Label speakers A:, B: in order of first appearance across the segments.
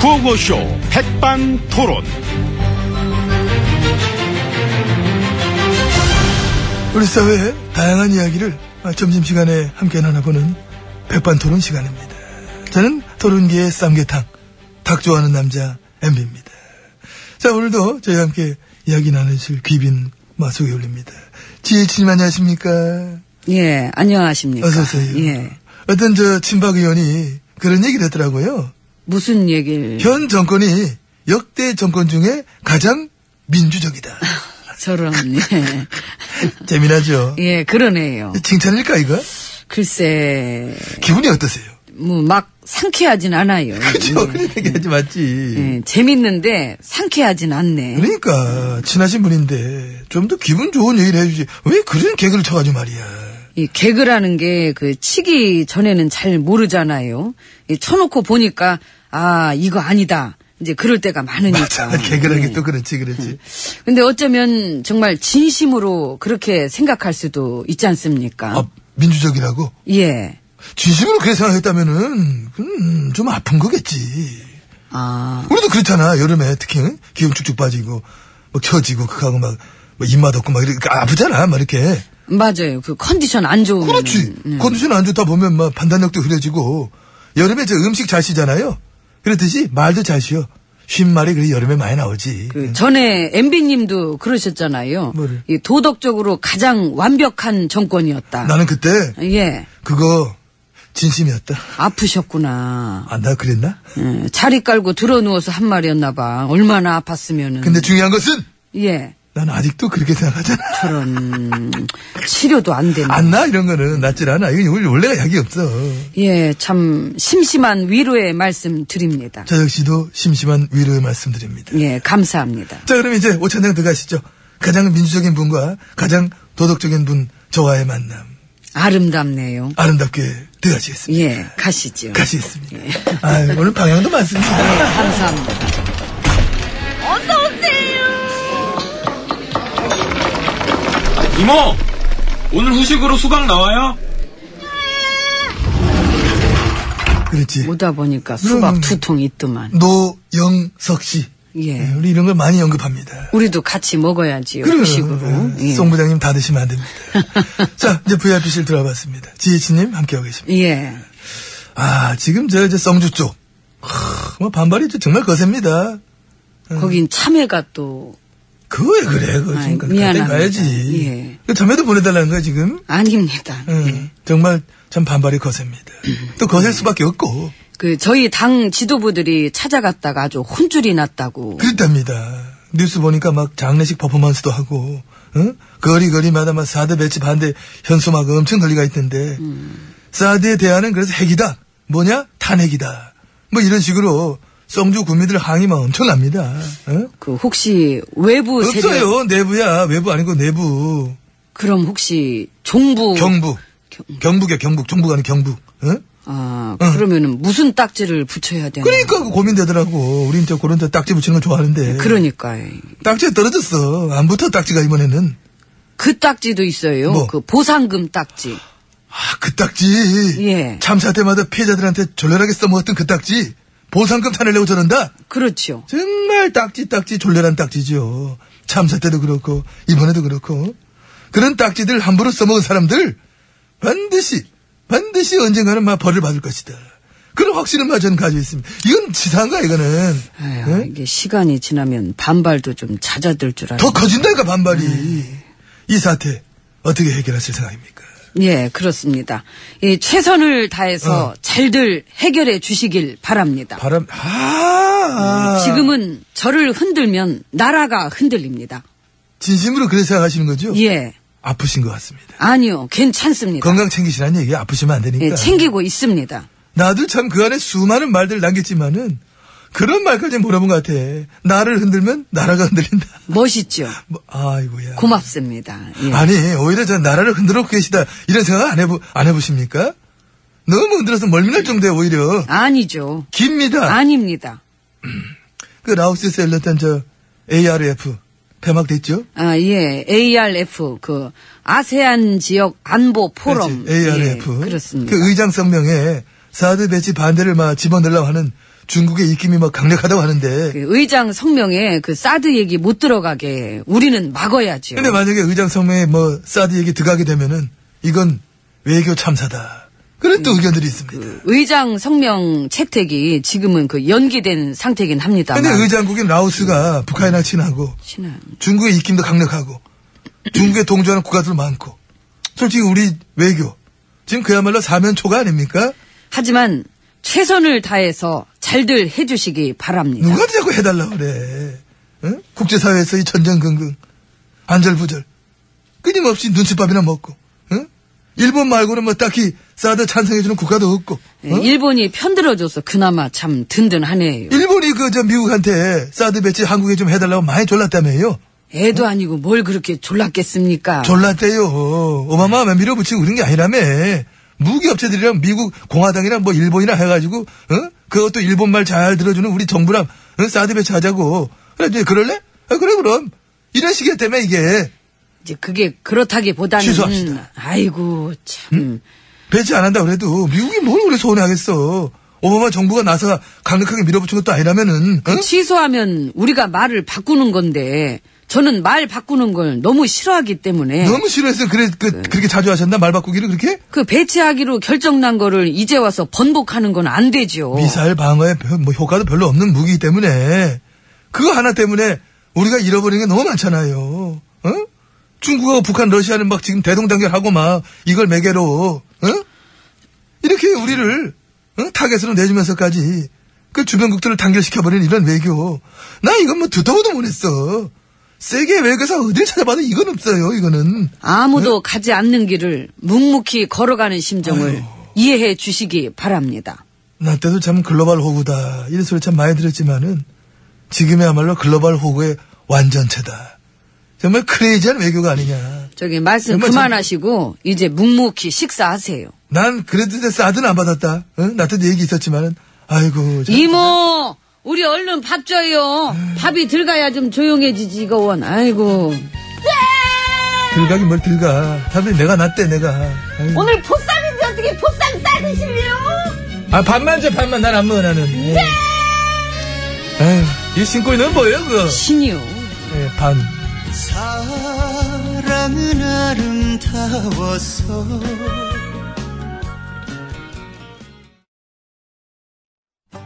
A: 구호쇼 백반토론.
B: 우리 사회의 다양한 이야기를 점심시간에 함께 나눠보는 백반토론 시간입니다. 저는 토론계의 쌈계탕, 닭 좋아하는 남자 MB입니다. 자 오늘도 저희와 함께 이야기 나누실 귀빈 마소개 올립니다. 지혜진님 안녕하십니까?
C: 예, 안녕하십니까.
B: 어서오세요.
C: 예.
B: 어떤 저 친박 의원이 그런 얘기를 했더라고요.
C: 무슨 얘기를
B: 현 정권이 역대 정권 중에 가장 민주적이다.
C: 저런, 예.
B: 재미나죠?
C: 예, 그러네요.
B: 칭찬일까 이거?
C: 글쎄,
B: 기분이 어떠세요?
C: 뭐, 막 상쾌하진 않아요.
B: 그죠? 그런 얘기 하지 맞지.
C: 예, 재밌는데 상쾌하진 않네.
B: 그러니까 친하신 분인데 좀 더 기분 좋은 얘기를 해주지 왜 그런 개그를 쳐가지고 말이야
C: 이 개그라는 게 그 치기 전에는 잘 모르잖아요. 이 쳐놓고 보니까, 아, 이거 아니다. 이제 그럴 때가 많으니까.
B: 맞아 개그라는
C: 예.
B: 게 또 그렇지 그렇지
C: 근데 어쩌면 정말 진심으로 그렇게 생각할 수도 있지 않습니까?
B: 아 민주적이라고
C: 예.
B: 진심으로 그렇게 생각했다면은 음, 좀 아픈 거겠지
C: 아.
B: 우리도 그렇잖아 여름에 특히 응? 기운 쭉쭉 빠지고 뭐 처지고 그하고 막, 뭐 입맛 없고 막 이렇게 아프잖아 막 이렇게
C: 맞아요. 그 컨디션 안 좋은. 네.
B: 그렇지
C: 음.
B: 컨디션 안 좋다 보면 막 판단력도 흐려지고 여름에 저 음식 잘 쉬잖아요 그렇듯이 말도 잘 쉬어 쉰 말이 그래 여름에 많이 나오지
C: 그 전에 MB님도 그러셨잖아요.
B: 뭐를?
C: 이 도덕적으로 가장 완벽한 정권이었다.
B: 나는 그때
C: 예.
B: 그거 진심이었다.
C: 아프셨구나.
B: 아, 나 그랬나?
C: 예, 자리 깔고 들어 누워서 한 말이었나 봐. 얼마나 아팠으면은.
B: 근데 중요한 것은
C: 예.
B: 난 아직도 그렇게 생각하잖아.
C: 그런 치료도 안 되는.
B: 안 나 이런 거는 낫질 않아. 이건 원래- 원래가 약이 없어.
C: 예, 참 심심한 위로의 말씀 드립니다.
B: 저 역시도 심심한 위로의 말씀드립니다.
C: 예, 감사합니다.
B: 자, 그럼 이제 오찬장 들어가시죠. 가장 민주적인 분과 가장 도덕적인 분 저와의 만남
C: 아름답네요.
B: 아름답게 되어지겠습니다.
C: 예, 가시죠.
B: 가시겠습니다.
C: 예.
B: 아유, 오늘 방향도 많습니다.
C: 감사합니다.
D: 이모! 오늘 후식으로 수박 나와요?
B: 그렇지.
C: 오다 보니까
B: 음.
C: 수박 두 통 있더만.
B: 노영석 씨.
C: 예.
B: 네, 우리 이런 걸 많이 언급합니다.
C: 우리도 같이 먹어야지요.
B: 그래요.
C: 음식으로.
B: 예.
C: 예.
B: 송 부장님 다 드시면 안 됩니다. 자, 이제 VIP실 들어와봤습니다. 지혜치님 함께하고 계십니다.
C: 예.
B: 아, 지금 저, 저 성주 쪽. 크, 뭐 반발이 저 정말 거셉니다. 음.
C: 거긴 참외가 또
B: 그거야, 그래. 그거
C: 아이,
B: 지금 가-
C: 미안합니다.
B: 가까이 가야지.
C: 예.
B: 그 자매도 보내달라는 거야, 지금.
C: 아닙니다.
B: 응, 정말 참 반발이 거셉니다.
C: 음.
B: 또 거셀 수밖에 없고.
C: 그 저희 당 지도부들이 찾아갔다가 아주 혼쭐이 났다고.
B: 그랬답니다. 뉴스 보니까 막 장례식 퍼포먼스도 하고, 응? 거리거리마다 막 사드 배치 반대 현수막 엄청 걸리가 있던데, 사드에 대한은 그래서 핵이다. 뭐냐? 탄핵이다. 뭐 이런 식으로 성주 구민들 항의 막 엄청납니다. 응?
C: 그 혹시 외부 세력
B: 없어요. 내부야. 외부 아니고 내부.
C: 그럼 혹시 종부
B: 어. 경북. 경북이야, 경북. 종북 아니 경북. 응?
C: 아, 그러면은 무슨 딱지를 붙여야 되나?
B: 어. 그러니까 그 고민되더라고. 우린 저 그런 저 딱지 붙이는 거 좋아하는데.
C: 그러니까
B: 딱지에 떨어졌어. 안 붙어, 딱지가 이번에는.
C: 그 딱지도 있어요.
B: 뭐?
C: 그 보상금 딱지.
B: 아, 그 딱지.
C: 예.
B: 참사 때마다 피해자들한테 졸렬하게 써먹었던 그 딱지. 보상금 타내려고 저런다?
C: 그렇죠.
B: 정말 딱지, 딱지, 졸렬한 딱지죠. 참사 때도 그렇고, 이번에도 그렇고. 그런 딱지들 함부로 써먹은 사람들, 반드시, 반드시 언젠가는 막 벌을 받을 것이다. 그런 확신을 마 저는 가지고 있습니다. 이건 치사한가, 이거는.
C: 아휴,
B: 응?
C: 이게 시간이 지나면 반발도 좀 잦아들 줄 알고.
B: 더 커진다니까, 반발이.
C: 네.
B: 이 사태, 어떻게 해결하실 생각입니까?
C: 예, 그렇습니다. 이 최선을 다해서
B: 어.
C: 잘들 해결해 주시길 바랍니다.
B: 바람, 아!
C: 네, 지금은 저를 흔들면 나라가 흔들립니다.
B: 진심으로 그렇게 생각하시는 거죠?
C: 예.
B: 아프신 것 같습니다.
C: 아니요, 괜찮습니다.
B: 건강 챙기시라는 얘기야. 아프시면 안 되니까.
C: 예, 챙기고 있습니다.
B: 나도 참 그 안에 수많은 말들 남겼지만은 그런 말까지 물어본 것 같아. 나를 흔들면 나라가 흔들린다.
C: 멋있죠?
B: 뭐, 아이고야.
C: 고맙습니다. 예.
B: 아니 오히려 저 나라를 흔들어 계시다 이런 생각 안 해보 안 해보십니까? 너무 흔들어서 멀미날 정도야 오히려.
C: 아니죠.
B: 깁니다.
C: 아닙니다.
B: 그 라오스에서 열렸던 저 ARF 폐막됐죠?
C: 아, 예. ARF, 그, 아세안 지역 안보 포럼.
B: 그렇지, ARF.
C: 예, 그렇습니다.
B: 그 의장 성명에 사드 배치 반대를 막 집어넣으려고 하는 중국의 입김이 막 강력하다고 하는데
C: 그 의장 성명에 그 사드 얘기 못 들어가게 우리는 막어야죠.
B: 근데 만약에 의장 성명에 뭐 사드 얘기 들어가게 되면은 이건 외교 참사다. 그런 또 의견들이 있습니다.
C: 의장 성명 채택이 지금은 그 연기된 상태긴 합니다만.
B: 근데 의장국인 라오스가 북한이랑 친하고
C: 신한.
B: 중국의 입김도 강력하고 중국에 동조하는 국가들 많고 솔직히 우리 외교 지금 그야말로 사면초가 아닙니까?
C: 하지만 최선을 다해서 잘들 해주시기 바랍니다.
B: 누가 자꾸 해달라 그래? 응? 국제사회에서 이 전전긍긍 안절부절 끊임없이 눈칫밥이나 먹고 응? 일본 말고는 뭐 딱히 사드 찬성해주는 국가도 없고
C: 예,
B: 어?
C: 일본이 편들어줘서 그나마 참 든든하네요.
B: 일본이 그 저 미국한테 사드 배치 한국에 좀 해달라고 많이 졸랐다며요.
C: 애도 아니고 뭘 그렇게 졸랐겠습니까?
B: 졸랐대요. 오바마 만 밀어붙이고 그런 게 아니라며. 무기업체들이랑 미국 공화당이랑 뭐 일본이나 해가지고, 어? 그것도 일본 말 잘 들어주는 우리 정부랑 어? 사드 배치 하자고. 그래, 이제 그럴래? 아, 그래, 그럼. 이런 식이기 때문에 이게
C: 이제 그게 그렇다기보다는
B: 취소합시다.
C: 아이고 참
B: 배치 안 한다 그래도 미국이 뭘 그래 서운해하겠어. 오바마 정부가 나서 강력하게 밀어붙인 것도 아니라면은, 어?
C: 취소하면 우리가 말을 바꾸는 건데 저는 말 바꾸는 걸 너무 싫어하기 때문에
B: 너무 싫어해서 그래, 그, 그렇게 자주 하셨나? 말 바꾸기를 그렇게?
C: 그 배치하기로 결정난 거를 이제 와서 번복하는 건 안 되죠.
B: 미사일 방어에 별- 뭐 효과도 별로 없는 무기이기 때문에 그거 하나 때문에 우리가 잃어버리는 게 너무 많잖아요. 어? 중국하고 북한, 러시아는 막 지금 대동단결하고 막 이걸 매개로 어? 이렇게 우리를 어? 타겟으로 내주면서까지 그 주변국들을 단결시켜버리는 이런 외교 나 이건 뭐 듣도 보도 못했어. 세계 외교사 어딜 찾아봐도 이건 없어요. 이거는
C: 아무도 가지 않는 길을 묵묵히 걸어가는 심정을 이해해 주시기 바랍니다.
B: 나 때도 참 글로벌 호구다. 이런 소리 참 많이 들었지만은, 지금이야말로 글로벌 호구의 완전체다. 정말 크레이지한 외교가 아니냐.
C: 저기 말씀
B: 정말 참-
C: 그만하시고 이제 묵묵히 식사하세요.
B: 난 그래도 이제 사드는 안 받았다. 응? 나한테도 얘기 있었지만은, 아이고.
E: 예.
B: 참.
C: 이모 우리 얼른 밥 줘요. 밥이 들어가야 좀 조용해지지 이거 원. 아이고
B: 들가긴 뭘 들가. 사람들이 내가 낫대, 내가. 아이고.
E: 오늘 보쌈인데 어떻게 보쌈 싸 드실래요? 네.
B: 아, 밥만 줘, 밥만. 난 안 먹어, 나는. 에휴, 이 신고 있는 뭐예요, 그거?
C: 신이요.
B: 예, 반.
F: 사랑은 아름다워서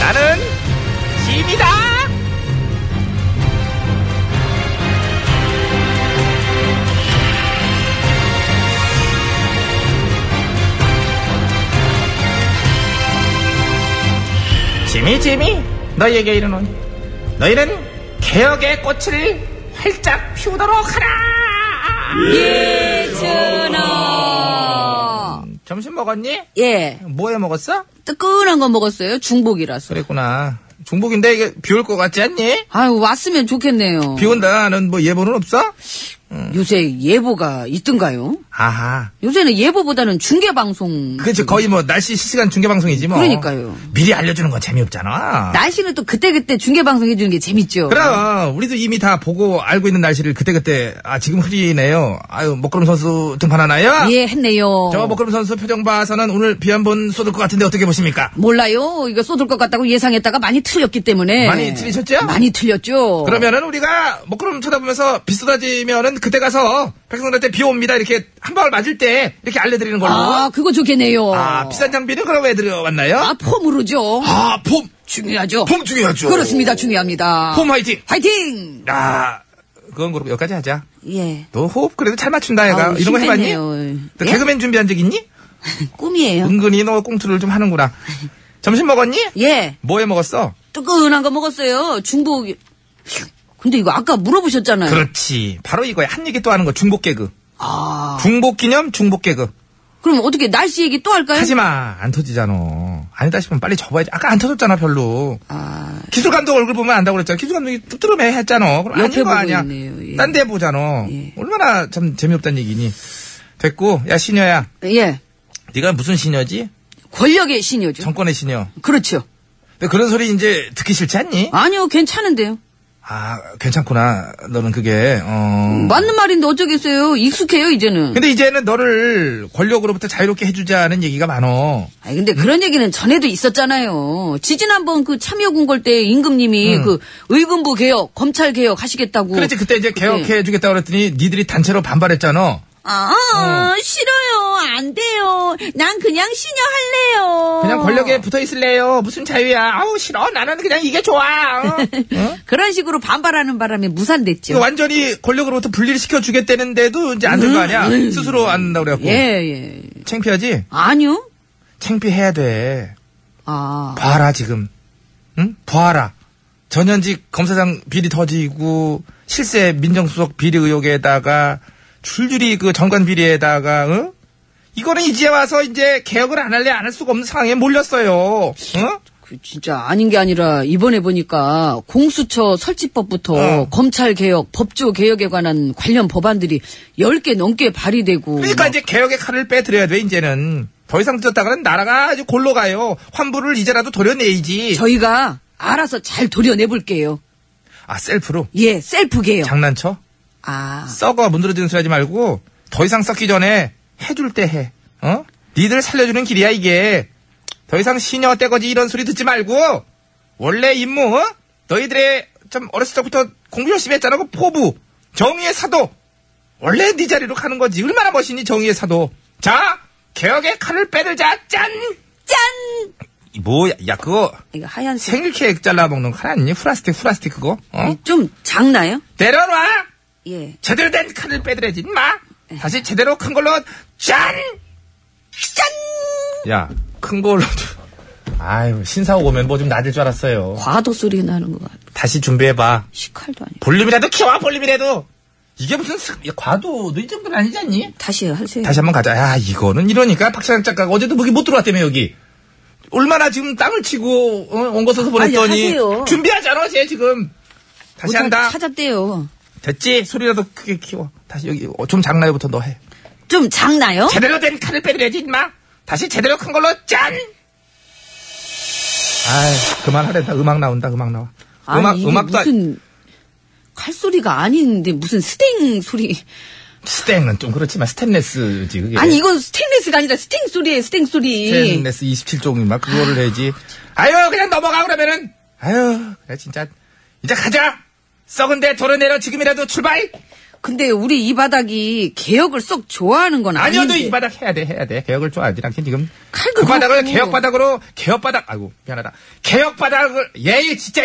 A: 나는 짐이다. 짐이 짐이 너희에게 이르노니 너희는 개혁의 꽃을 활짝 피우도록 하라.
C: 예천아.
A: 점심 먹었니?
C: 예,
A: 뭐해 먹었어?
C: 뜨끈한 거 먹었어요. 중복이라서.
A: 그랬구나. 중복인데 이게 비 올 것 같지 않니?
C: 아유, 왔으면 좋겠네요.
A: 비 온다는 뭐 예보는 없어?
C: 요새 예보가 있던가요?
A: 아하.
C: 요새는 예보보다는 중계방송.
A: 그치, 거의 뭐, 날씨 실시간 중계방송이지 뭐.
C: 그러니까요.
A: 미리 알려주는 건 재미없잖아.
C: 날씨는 또 그때그때 중계방송 해주는 게 재밌죠.
A: 그럼, 우리도 이미 다 보고 알고 있는 날씨를 그때그때, 아, 지금 흐리네요. 아유, 먹구름 선수 등판 하나요?
C: 예, 했네요.
A: 저 먹구름 선수 표정 봐서는 오늘 비 한 번 쏟을 것 같은데 어떻게 보십니까?
C: 몰라요. 이거 쏟을 것 같다고 예상했다가 많이 틀렸기 때문에.
A: 많이 틀리셨죠?
C: 많이 틀렸죠.
A: 그러면은 우리가 먹구름 쳐다보면서 비 쏟아지면은 그때 가서 백성들한테 비 옵니다. 이렇게 한 방울 맞을 때 이렇게 알려드리는 걸로.
C: 아, 그거 좋겠네요.
A: 아, 비싼 장비는 그럼 왜 들어왔나요?
C: 아, 폼으로죠.
A: 아, 폼!
C: 중요하죠.
A: 폼 중요하죠.
C: 그렇습니다. 중요합니다.
A: 폼 화이팅!
C: 화이팅!
A: 아, 그건 그렇고 여기까지 하자.
C: 예.
A: 너 호흡 그래도 잘 맞춘다, 얘가.
C: 아우,
A: 이런 거 해봤니?
C: 힘드네요.
A: 너
C: 예?
A: 개그맨 준비한 적 있니?
C: 꿈이에요.
A: 은근히 너 꽁투를 좀 하는구나. 점심 먹었니?
C: 예.
A: 뭐 해 먹었어?
C: 뜨끈한 거 먹었어요. 중복. 근데 이거 아까 물어보셨잖아요.
A: 그렇지. 바로 이거야. 한 얘기 또 하는 거. 중복 개그.
C: 예. 아.
A: 중복 기념 중복 개그.
C: 그럼 어떻게 날씨 얘기 또 할까요?
A: 하지마. 안 터지잖아. 아니다 싶으면 빨리 접어야지. 아까 안 터졌잖아, 별로.
C: 아.
A: 기술 감독 얼굴 보면 안다고 그랬잖아. 기술 감독이 뚝뚝해 했잖아. 그럼
C: 옆에
A: 아닌 거
C: 보고
A: 아니야.
C: 있네요. 예.
A: 딴 데 보잖아.
C: 예.
A: 얼마나 참 재미없단 얘기니. 됐고, 야, 시녀야.
C: 예.
A: 네가 무슨 시녀지?
C: 권력의 신이죠.
A: 정권의 시녀.
C: 그렇죠.
A: 근데 그런 소리 이제 듣기 싫지 않니?
C: 아니요, 괜찮은데요.
A: 아, 괜찮구나. 너는 그게, 어.
C: 맞는 말인데 어쩌겠어요. 익숙해요, 이제는.
A: 근데 이제는 너를 권력으로부터 자유롭게 해주자는 얘기가 많어.
C: 아니, 근데 그런 얘기는 전에도 있었잖아요. 지진 한번 그 참여군 걸 때 임금님이 그 의금부 개혁, 검찰 개혁 하시겠다고.
A: 음. 그랬지 그때 이제 개혁해주겠다 그랬더니 니들이 단체로 반발했잖아.
E: 아,
A: 어.
E: 싫어요. 안 돼요. 난 그냥 시녀 할래요.
A: 그냥 권력에 붙어 있을래요. 무슨 자유야. 아우 싫어. 나는 그냥 이게 좋아. 어? 어?
C: 그런 식으로 반발하는 바람에 무산됐죠.
A: 이거 완전히 권력으로부터 분리를 시켜주겠다는데도 이제 안 될 거 아니야. 스스로 안 된다고 그래갖고.
C: 예, 예.
A: 창피하지?
C: 아니요.
A: 창피해야 돼.
C: 아.
A: 봐라 지금. 응? 봐라. 전현직 검사장 비리 터지고 실세 민정수석 비리 의혹에다가 줄줄이 그 정관 비리에다가 응? 이거는 이제 와서 이제 개혁을 안 할래 안 할 수가 없는 상황에 몰렸어요. 응?
C: 그 진짜 아닌 게 아니라 이번에 보니까 공수처 설치법부터
A: 어.
C: 검찰 개혁, 법조 개혁에 관한 관련 법안들이 10개 넘게 발의되고
A: 그러니까
C: 막
A: 이제 개혁의 칼을 빼들여야 돼 이제는. 더 이상 늦었다가는 나라가 아주 골로 가요. 환불을 이제라도 도려내야지.
C: 저희가 알아서 잘 도려내 볼게요.
A: 아 셀프로
C: 예, 셀프 개혁.
A: 장난쳐?
C: 아.
A: 썩어 문드러지는 소리 하지 말고 더 이상 썩기 전에 해줄 때 해. 어? 니들 살려주는 길이야 이게. 더 이상 시녀 떼거지 이런 소리 듣지 말고 원래 임무 어? 너희들의 좀 어렸을 때부터 공부 열심히 했잖아 그 포부 정의의 사도 원래 네 자리로 가는 거지 얼마나 멋있니 정의의 사도 자 개혁의 칼을 빼들자 짠!
C: 짠!
A: 이 뭐야 야 그거
C: 이거 하얀색.
A: 생일 케이크 잘라 먹는 칼 아니니 후라스틱 후라스틱 그거 어?
C: 좀 작나요?
A: 내려놔
C: 예.
A: 제대로 된 칼을 빼드려야지 마 다시 제대로 큰 걸로 짠! 짠! 야, 큰 걸로. 좀- 아유, 신사옥 오면 뭐 좀 낮을 줄 알았어요.
C: 과도 소리 나는 것 같아.
A: 다시 준비해봐.
C: 시칼도 아니고.
A: 볼륨이라도 키워, 볼륨이라도! 이게 무슨, 습- 야, 과도, 너이 정도는 아니지 않니?
C: 다시 하세요.
A: 다시 한번 가자. 야, 이거는 이러니까 박찬영 작가가 어제도 무기 못 들어왔다며, 여기. 얼마나 지금 땅을 치고, 어, 온거 써서
C: 아니,
A: 보냈더니.
C: 하세요.
A: 준비하잖아, 쟤 지금. 다시
C: 어디가
A: 한다.
C: 찾았대요.
A: 됐지? 소리라도 크게 키워. 다시 여기, 어, 좀 장나요부터 너 해.
C: 좀 작나요?
A: 제대로 된 칼을 빼드려야지 임마 다시 제대로 큰 걸로 짠 아이 그만하랬다 음악 나온다 음악 나와
C: 아니,
A: 음악
C: 이게
A: 음악도 아-
C: 무슨 칼소리가 아닌데 무슨 스팅 소리.
A: 스탱은 좀 그렇지만 스탠레스지 그게
C: 아니 이건 스테인레스가 아니라 스팅 소리예요. 스팅 소리.
A: 예. 스탠레스 27종이 막 그거를 해야지 아유 그냥 넘어가 그러면은 아유 그래 진짜 이제 가자 썩은데 도로내려 지금이라도 출발
C: 근데 우리 이 바닥이 개혁을 썩 좋아하는 건 아닌데.
A: 아니어도 이 바닥 해야 돼 해야 돼 개혁을 좋아하지 않긴 지금
C: 칼도
A: 그 바닥을
C: 그렇고.
A: 개혁 바닥으로 개혁 바닥 아이고 미안하다 개혁 바닥을 예이 진짜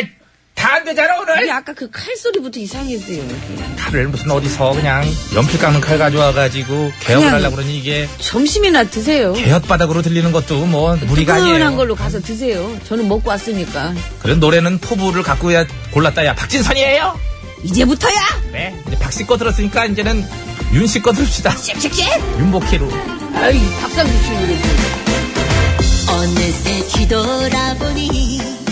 A: 다 안 되잖아 오늘
C: 아니, 아까 그 칼소리부터 이상했어요.
A: 칼을 무슨 어디서 그냥 연필 깎는 칼 가져와가지고 개혁을
C: 그냥-
A: 하려고 그러니 이게
C: 점심이나 드세요.
A: 개혁바닥으로 들리는 것도 뭐 무리가
C: 뜨끈한
A: 아니에요.
C: 걸로 가서 드세요. 저는 먹고 왔으니까.
A: 그런 노래는 포부를 갖고 야 골랐다. 야 박진선이에요.
C: 이제부터야!
A: 네. 이제 박씨 거 들었으니까 이제는 윤 씨 거 들읍시다.
C: 쉑쉑쉑!
A: 윤복희로.
C: 아이, 밥상도 치우는
E: 어느새 뒤돌아보니